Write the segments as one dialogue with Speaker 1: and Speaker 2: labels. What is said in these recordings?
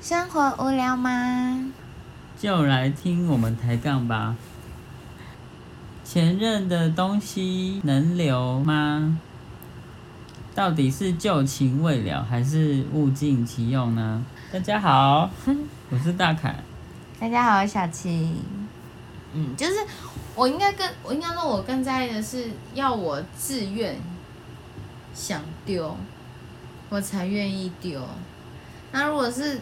Speaker 1: 生活无聊吗？
Speaker 2: 就来听我们抬杠吧。前任的东西能留吗？到底是旧情未了，还是物尽其用呢？大家好，我是大凯。
Speaker 1: 大家好，我小琪。嗯，就是我应该跟我应该说，我更在意的是要我自愿想丢，我才愿意丢。那如果是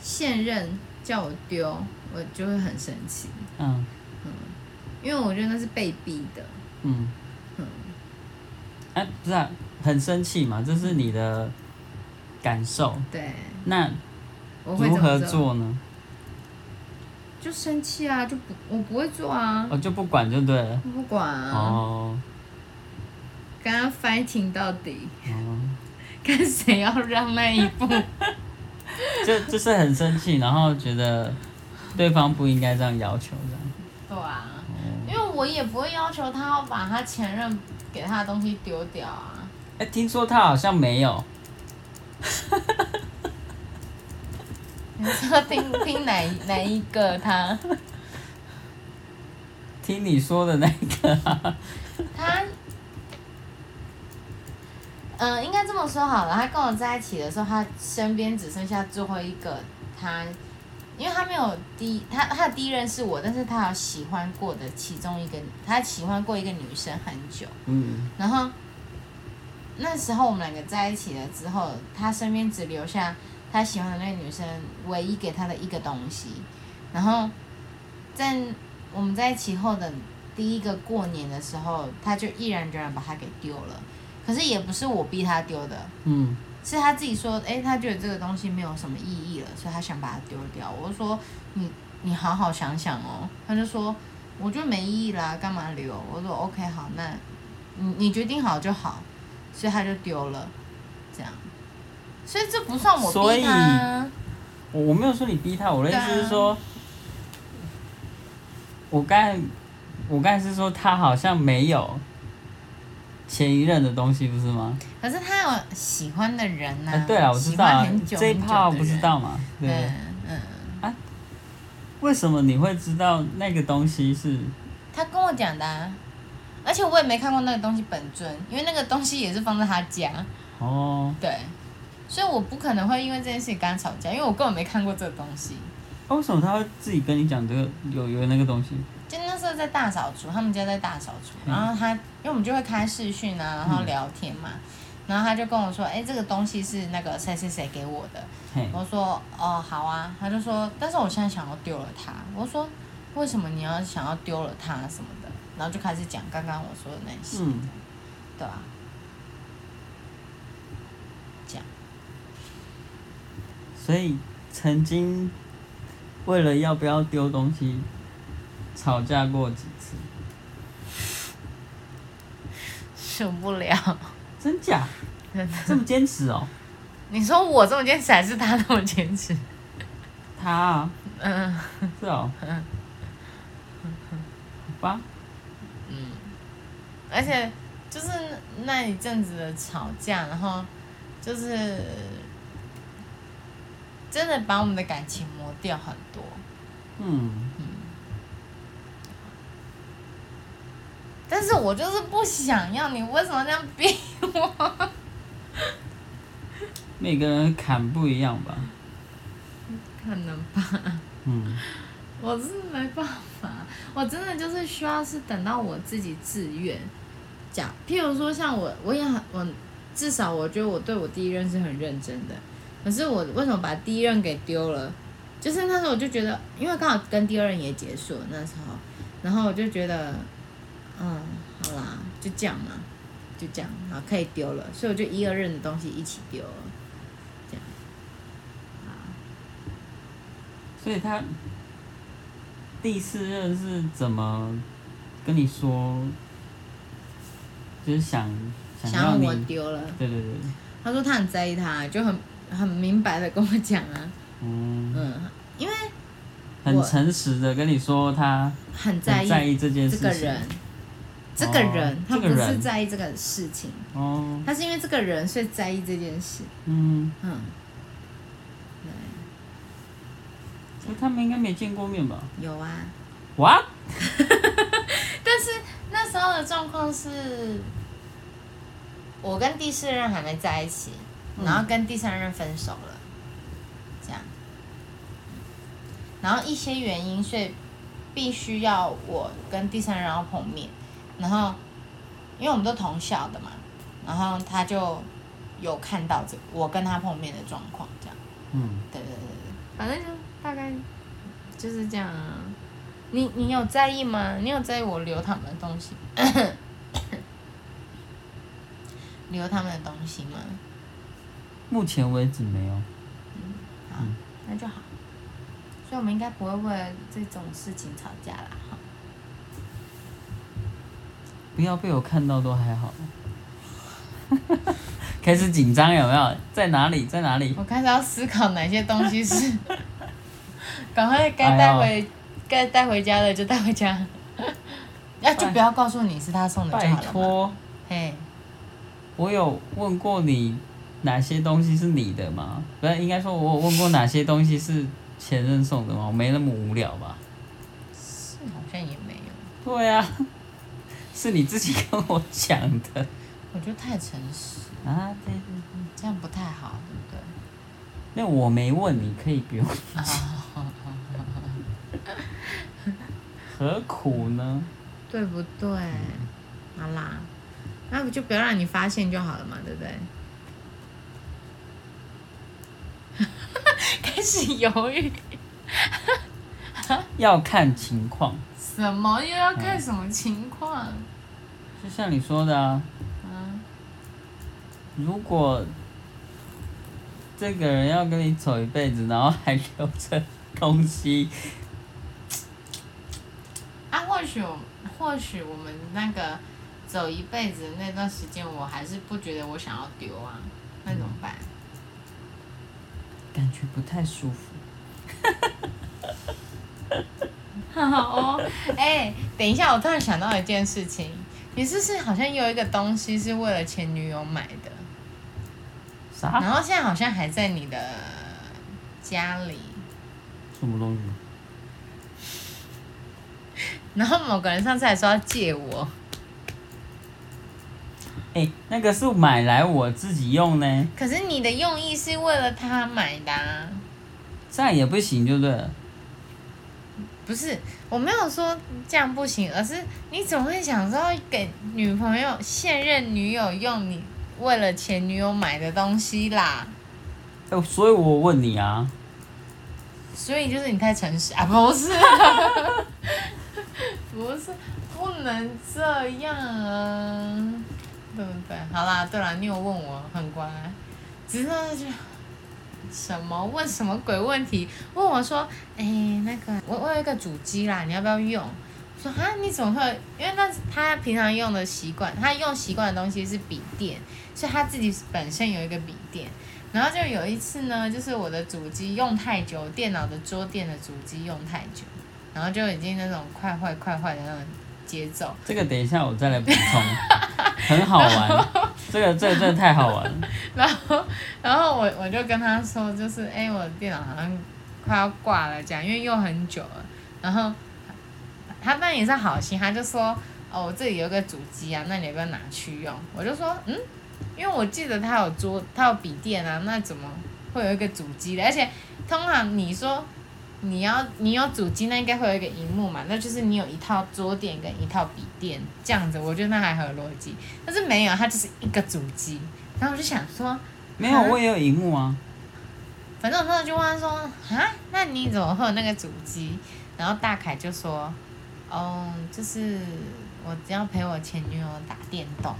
Speaker 1: 现任叫我丢，我就会很生气，
Speaker 2: 嗯
Speaker 1: 因为我觉得那是被逼的。
Speaker 2: 嗯
Speaker 1: 嗯
Speaker 2: 哎、不是、啊，很生气嘛？这是你的感受。
Speaker 1: 对，
Speaker 2: 那
Speaker 1: 我会
Speaker 2: 如
Speaker 1: 怎么
Speaker 2: 何？做呢？
Speaker 1: 就生气啊，就不我不会做啊，
Speaker 2: 我哦就不管就对了。
Speaker 1: 我不管啊，
Speaker 2: 哦
Speaker 1: 跟他 fighting 到底，
Speaker 2: 哦，
Speaker 1: 看谁要让那一步。
Speaker 2: 就就是很生气，然后觉得对方不应该这样要求这样。
Speaker 1: 对啊，因为我也不会要求他要把他前任给他的东西丢掉啊。
Speaker 2: 哎、听说他好像没有，
Speaker 1: 你是要听听哪一哪一个他？
Speaker 2: 听你说的那个、啊，
Speaker 1: 他，嗯、应该这么说好了。他跟我在一起的时候，他身边只剩下最后一个他，因为他没有第一他他的第一任是我，但是他有喜欢过的其中一个，他喜欢过一个女生很久。
Speaker 2: 嗯
Speaker 1: 然后那时候我们两个在一起了之后，他身边只留下他喜欢的那个女生唯一给他的一个东西。然后在我们在一起后的第一个过年的时候，他就毅然决然把它给丢了。可是也不是我逼他丢的，
Speaker 2: 嗯
Speaker 1: 是他自己说，诶，他觉得这个东西没有什么意义了，所以他想把它丢掉。我就说，你你好好想想哦。他就说，我觉得没意义啦，干嘛留？我说 OK 好，那你你决定好就好。所以他就丢了，这样。所以这不算我
Speaker 2: 所
Speaker 1: 逼
Speaker 2: 以
Speaker 1: 他啊，
Speaker 2: 我我没有说你逼他，我的意思
Speaker 1: 对啊
Speaker 2: 是说，我刚才我刚才是说他好像没有前一任的东西，不是吗？
Speaker 1: 可是他有喜欢的人呐、
Speaker 2: 啊，对了，我知
Speaker 1: 喜
Speaker 2: 道
Speaker 1: 欢
Speaker 2: 啊
Speaker 1: 很久
Speaker 2: 这一
Speaker 1: 很久
Speaker 2: 趴我
Speaker 1: 的
Speaker 2: 不知
Speaker 1: 人。
Speaker 2: 道嘛，对不对
Speaker 1: 嗯嗯，
Speaker 2: 为什么你会知道那个东西是？
Speaker 1: 他跟我讲的、啊，而且我也没看过那个东西本尊，因为那个东西也是放在他家。
Speaker 2: 哦
Speaker 1: 对，所以我不可能会因为这件事情跟他吵架，因为我根本没看过这个东西。
Speaker 2: 啊为什么他会自己跟你讲这个有有那个东西？
Speaker 1: 就那时候在大扫除，他们家在大扫除，
Speaker 2: 嗯
Speaker 1: 然后他，因为我们就会开视讯啊，然后聊天嘛，然后他就跟我说，哎、这个东西是那个谁谁谁给我的，
Speaker 2: 嘿，
Speaker 1: 我说，哦，好啊，他就说，但是我现在想要丢了它，我说，为什么你要想要丢了它什么的，然后就开始讲刚刚我说的那些，
Speaker 2: 嗯，
Speaker 1: 对吧、这样。
Speaker 2: 所以曾经为了要不要丢东西吵架过几次？
Speaker 1: 受不了。
Speaker 2: 真假？
Speaker 1: 真
Speaker 2: 这么坚持哦？
Speaker 1: 你说我这么坚持，还是他这么坚持？
Speaker 2: 他啊，
Speaker 1: 嗯
Speaker 2: 是哦，
Speaker 1: 嗯
Speaker 2: 好吧，
Speaker 1: 嗯，而且就是那一阵子的吵架，然后就是真的把我们的感情磨掉很多。
Speaker 2: 嗯，
Speaker 1: 但是我就是不想要，你为什么这样逼 我？
Speaker 2: 每个人坎不一样吧？
Speaker 1: 可能吧，
Speaker 2: 嗯，
Speaker 1: 我是没办法，我真的就是需要是等到我自己自愿讲。譬如说，像我，我也很我至少我觉得我对我第一任是很认真的，可是我为什么把第一任给丢了？就是那时候我就觉得，因为刚好跟第二任也结束了那时候，然后我就觉得，嗯，好啦，就这样嘛，就这样，好可以丢了，所以我就一二任的东西一起丢了，这样，
Speaker 2: 所以他第四任是怎么跟你说？就是想
Speaker 1: 想
Speaker 2: 要
Speaker 1: 要
Speaker 2: 你，
Speaker 1: 我丢了。
Speaker 2: 对对对，
Speaker 1: 他说他很在意他，就很很明白的跟我讲啊，
Speaker 2: 嗯，
Speaker 1: 嗯，因为
Speaker 2: 很
Speaker 1: 我
Speaker 2: 诚实的跟你说他
Speaker 1: 很在
Speaker 2: 很
Speaker 1: 意
Speaker 2: 在意这件
Speaker 1: 这
Speaker 2: 事情。
Speaker 1: 个人，这个人、
Speaker 2: 哦
Speaker 1: 他
Speaker 2: 这
Speaker 1: 不
Speaker 2: 个人
Speaker 1: 是在意这个事情，
Speaker 2: 哦，
Speaker 1: 他是因为这个人所以在意这件事，
Speaker 2: 嗯。
Speaker 1: 嗯，
Speaker 2: 可他们应该没见过面吧？
Speaker 1: 有啊，
Speaker 2: 哇，
Speaker 1: 但是那时候的状况是，我跟第四任还没在一起，
Speaker 2: 嗯
Speaker 1: 然后跟第三任分手了，这样，然后一些原因，所以必须要我跟第三人要碰面，然后因为我们都同校的嘛，然后他就有看到这我跟他碰面的状况，这样，
Speaker 2: 嗯，
Speaker 1: 对对对对，反正就大概就是这样啊。你你有在意吗？你有在意我留他们的东西？ 留他们的东西吗？
Speaker 2: 目前为止没有。
Speaker 1: 好，那就好。所以我们应该不会为了这种事情吵架啦。哈
Speaker 2: 不要被我看到都还好。 开始紧张有没有？在哪里？在哪里？
Speaker 1: 我开始要思考哪些东西 是，赶快该带回该带回家的就带回 家，那就不要告诉你是他送的就
Speaker 2: 拜
Speaker 1: 好了嘛。
Speaker 2: 托，
Speaker 1: 嘿，
Speaker 2: 我有问过你哪些东西是你的吗？不是，应该说我有问过哪些东西是前任送的吗？我没那么无聊吧？
Speaker 1: 是好像也没有，
Speaker 2: 对啊， 是你自己跟我讲的
Speaker 1: 我觉得太诚实，
Speaker 2: 啊。对，
Speaker 1: 这样不太好，对不对？
Speaker 2: 那我没问，你可以不 用。何苦呢？
Speaker 1: 对不对？嗯好啦，那不就不要让你发现就好了嘛，对 不对？开始犹豫，
Speaker 2: 要看情况，
Speaker 1: 什么又要看什么情况？
Speaker 2: 就像你说的啊。
Speaker 1: 嗯，
Speaker 2: 如果这个人要跟你走一辈子，然后还留着东西，
Speaker 1: 啊，或许我或许我们那个走一辈子那段时间，我还是不觉得我想要丢啊，那怎么办？
Speaker 2: 感觉不太舒服。
Speaker 1: 好 哦，哎、等一下，我突然想到一件事情，你是不是好像有一个东西是为了前女友买的？
Speaker 2: 啥？
Speaker 1: 然后现在好像还在你的家里，
Speaker 2: 什么东西？
Speaker 1: 然后某个人上次还说要借我，
Speaker 2: 哎、那个是买来我自己用呢，
Speaker 1: 可是你的用意是为了他买的、啊，
Speaker 2: 这样也不行，就对了。
Speaker 1: 不是？我没有说这样不行，而是你总会想说给女朋友、现任女友用你为了前女友买的东西啦，
Speaker 2: 哎所以我问你啊，
Speaker 1: 所以就是你太诚实啊，不是？ 不是，不能这样啊，对不对？好啦，对啦，你有问我，很乖，只是那就什么问什么鬼问题，问我说，哎、那个我我有一个主机啦，你要不要用？我说啊，你怎么会？因为那是他平常用的习惯，他用习惯的东西是笔电，所以他自己本身有一个笔电。然后就有一次呢，就是我的主机用太久，电脑的桌垫的主机用太久，然后就已经那种快坏快坏的那种节奏。
Speaker 2: 这个等一下我再来补充，很好玩，这个这个真的太好玩了。
Speaker 1: 然后，然后我我就跟他说，就是哎、我的电脑好像快要挂了，这样，因为用很久了。然后他那也是好心，他就说哦，我这里有个主机啊，那你要不要拿去用？我就说嗯，因为我记得他有桌，他有笔电啊，那怎么会有一个主机的？而且通常你说。你要你有主机，那应该会有一个荧幕嘛，那就是你有一套桌垫跟一套笔电这样子，我觉得那还合逻辑。但是没有，它就是一个主机。然后我就想说，
Speaker 2: 没有，我也有荧幕啊。
Speaker 1: 反正我那时候就问他说：“啊，那你怎么会有那个主机？”然后大凯就说：“哦，就是我只要陪我前女友打电动。”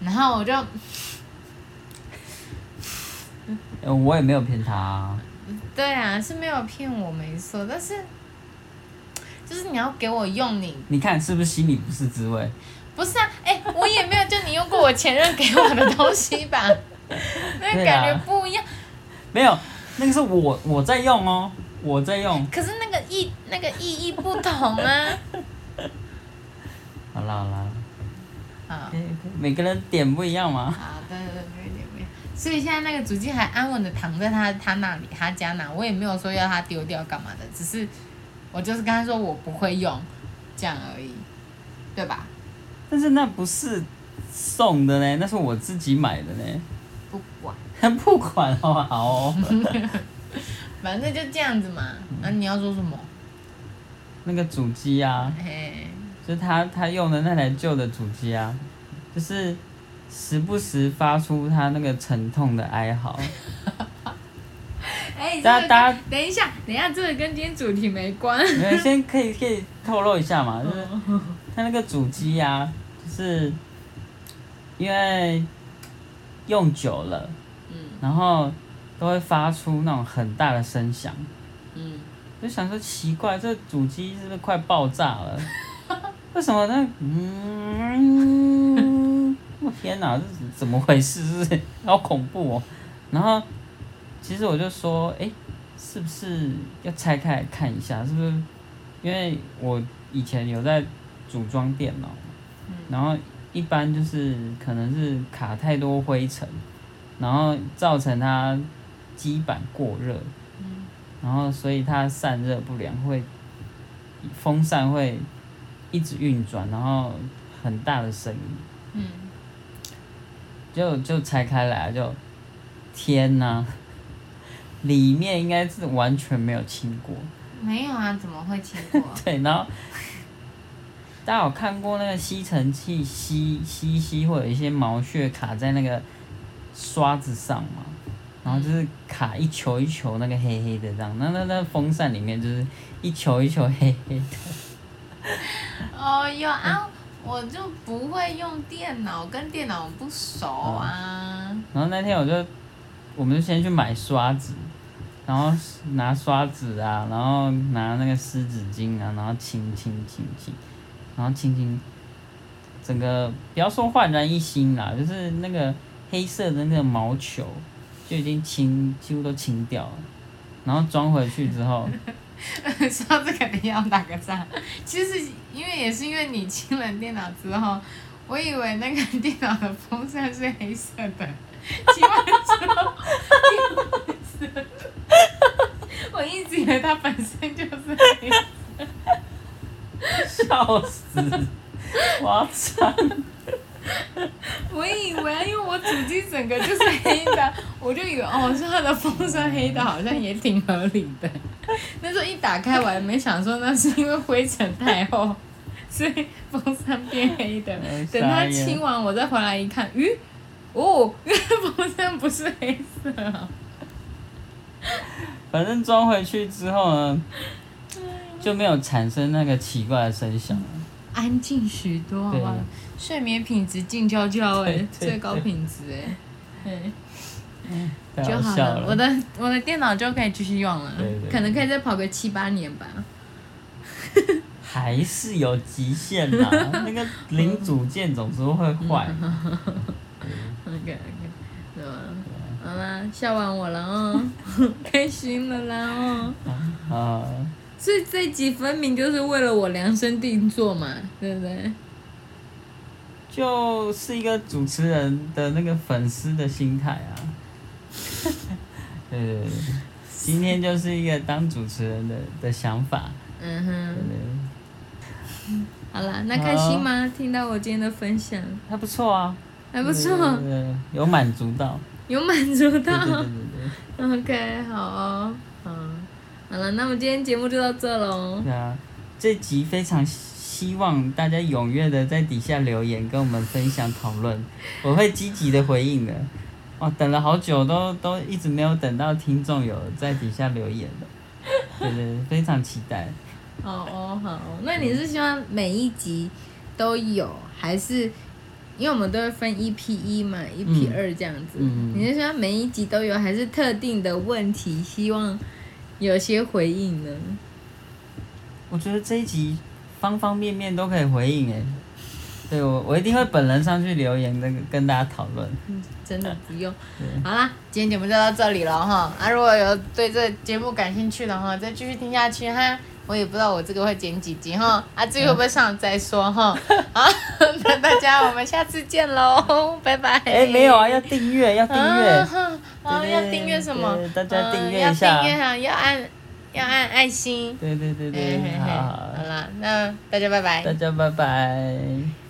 Speaker 1: 然后我就
Speaker 2: 呃我也没有骗他、啊，
Speaker 1: 对啊，是没有骗我没错，但是就是你要给我用你，
Speaker 2: 你看是不是心里不是滋味？
Speaker 1: 不是啊？哎，我也没有叫你用过我前任给我的东西吧？那个
Speaker 2: 对啊
Speaker 1: 感觉不一样。
Speaker 2: 没有，那个是我我在用哦，我在用。
Speaker 1: 可是那个意那个意义不同啊。
Speaker 2: 好啦好啦，
Speaker 1: 啊
Speaker 2: 每个人点不一样嘛。
Speaker 1: 啊，对对对，没有点没有。所以现在那个主机还安稳的躺在他他那里，他家那，我也没有说要他丢掉干嘛的，只是我就是跟他说我不会用，这样而已，对吧？
Speaker 2: 但是那不是送的呢，那是我自己买的呢。
Speaker 1: 不管，
Speaker 2: 不管好不好哦？
Speaker 1: 反正就这样子嘛。那、你要说什么？
Speaker 2: 那个主机啊，
Speaker 1: 嘿，
Speaker 2: 就是他他用的那台旧的主机啊，就是时不时发出他那个沉痛的哀嚎。
Speaker 1: 哎、
Speaker 2: 大
Speaker 1: 大家大
Speaker 2: 家大家
Speaker 1: 家等一下，等一下，这个跟今天主题没关。
Speaker 2: 你们先可以可以透露一下嘛，就是它那个主机啊，就是因为用久了，
Speaker 1: 嗯
Speaker 2: 然后都会发出那种很大的声响，
Speaker 1: 嗯，
Speaker 2: 就想说奇怪，这主机是不是快爆炸了？为什么呢？嗯，我天哪，这是怎么回事？是不是好恐怖哦？然后其实我就说，诶，是不是要拆开来看一下？是不是？因为我以前有在组装电脑嘛，然后一般就是可能是卡太多灰尘，然后造成它基板过热，然后所以它散热不良会，风扇会一直运转，然后很大的声音，
Speaker 1: 嗯，
Speaker 2: 就就拆开来啊就，天呐，里面应该是完全没有清过，
Speaker 1: 没有啊，怎么会经过？
Speaker 2: 对，然后大家有看过那个吸尘器吸吸吸，会有一些毛屑卡在那个刷子上嘛，然后就是卡一球一球那个黑黑的这样，那那那风扇里面就是一球一球黑黑的，
Speaker 1: 哦，有啊，我就不会用电脑，跟电脑不熟啊。
Speaker 2: 然后那天我就我们就先去买刷子。然后拿刷子啊，然后拿那个湿纸巾啊，然后清清清清，然后清清，整个不要说焕然一新啦，就是那个黑色的那个毛球就已经清几乎都清掉了，然后装回去之后，
Speaker 1: 说到这个，定要打个岔。其实因为也是因为你清了电脑之后，我以为那个电脑的风扇是黑色的， 清完之后变黑色的。 我一直以为它本身就是黑色。
Speaker 2: 笑死，我操！
Speaker 1: 我以为啊，因为我主机整个就是黑的，我就以为哦，是它的风扇黑的，好像也挺合理的。那时候一打开，我还没想说那是因为灰尘太厚，所以风扇变黑的
Speaker 2: 哎。
Speaker 1: 等
Speaker 2: 傻
Speaker 1: 它
Speaker 2: 眼
Speaker 1: 清完，我再回来一看，咦，哦，原来风扇不是黑色啊。
Speaker 2: 反正装回去之后呢，就没有产生那个奇怪的声响了。
Speaker 1: 安静许多，好不好
Speaker 2: 对？
Speaker 1: 睡眠品质静悄悄哎、
Speaker 2: 对对
Speaker 1: 最高
Speaker 2: 对
Speaker 1: 品质哎、对
Speaker 2: 太
Speaker 1: 就
Speaker 2: 好
Speaker 1: 好
Speaker 2: 笑
Speaker 1: 了。我
Speaker 2: 了。
Speaker 1: 的我的电脑就可以继续用了，
Speaker 2: 对对对
Speaker 1: 可能可以再跑个七八年吧。
Speaker 2: 还是有极限 啦，那个零组件总是会坏。
Speaker 1: OK OK，对吧？好啦，笑完我了哦， 开心了啦哦。
Speaker 2: 啊，
Speaker 1: 所以这一集分明就是为了我量身定做嘛，对不对？
Speaker 2: 就是一个主持人的那个粉丝的心态啊。对对对，今天就是一个当主持人的的想法。
Speaker 1: 嗯
Speaker 2: 对
Speaker 1: 哼，
Speaker 2: 对对，
Speaker 1: 好啦，那开心吗？听到我今天的分享，
Speaker 2: 还不错啊，
Speaker 1: 还不错，
Speaker 2: 对对对有满足 到。
Speaker 1: 有满足
Speaker 2: 对对对
Speaker 1: 到
Speaker 2: 对。对
Speaker 1: OK，好哦，嗯，好了，那我们今天节目就到这喽。
Speaker 2: 对啊，这集非常希望大家踊跃的在底下留言，跟我们分享讨论，我会积极的回应的。哇，等了好久都都一直没有等到听众有在底下留言的，对对，对非常期待。
Speaker 1: 好哦，好哦，那你是希望每一集都有，还是因为我们都会分一 P 一嘛，一 P 二这样子？
Speaker 2: 嗯
Speaker 1: 你是希望每一集都有，还是特定的问题希望有些回应呢？
Speaker 2: 我觉得这一集方方面面都可以回应诶。对我我一定会本人上去留言跟跟大家讨论。
Speaker 1: 真的不用。好啦，今天节目就到这里了哈。啊，如果有对这节目感兴趣的话，再继续听下去哈。我也不知道我这个会剪几集哈，啊，至于会不会上再说哈。好，那大家我们下次见喽，拜拜。
Speaker 2: 哎，没有啊，要订阅，要订阅
Speaker 1: 啊。哼哦，要订阅什么？
Speaker 2: 对对大家订阅
Speaker 1: 嗯
Speaker 2: 一下
Speaker 1: 要订阅啊，要按要按爱心。
Speaker 2: 对对对
Speaker 1: 嘿嘿
Speaker 2: 对，
Speaker 1: 嘿
Speaker 2: 好，
Speaker 1: 好啦，那大家拜拜
Speaker 2: 大。家拜拜。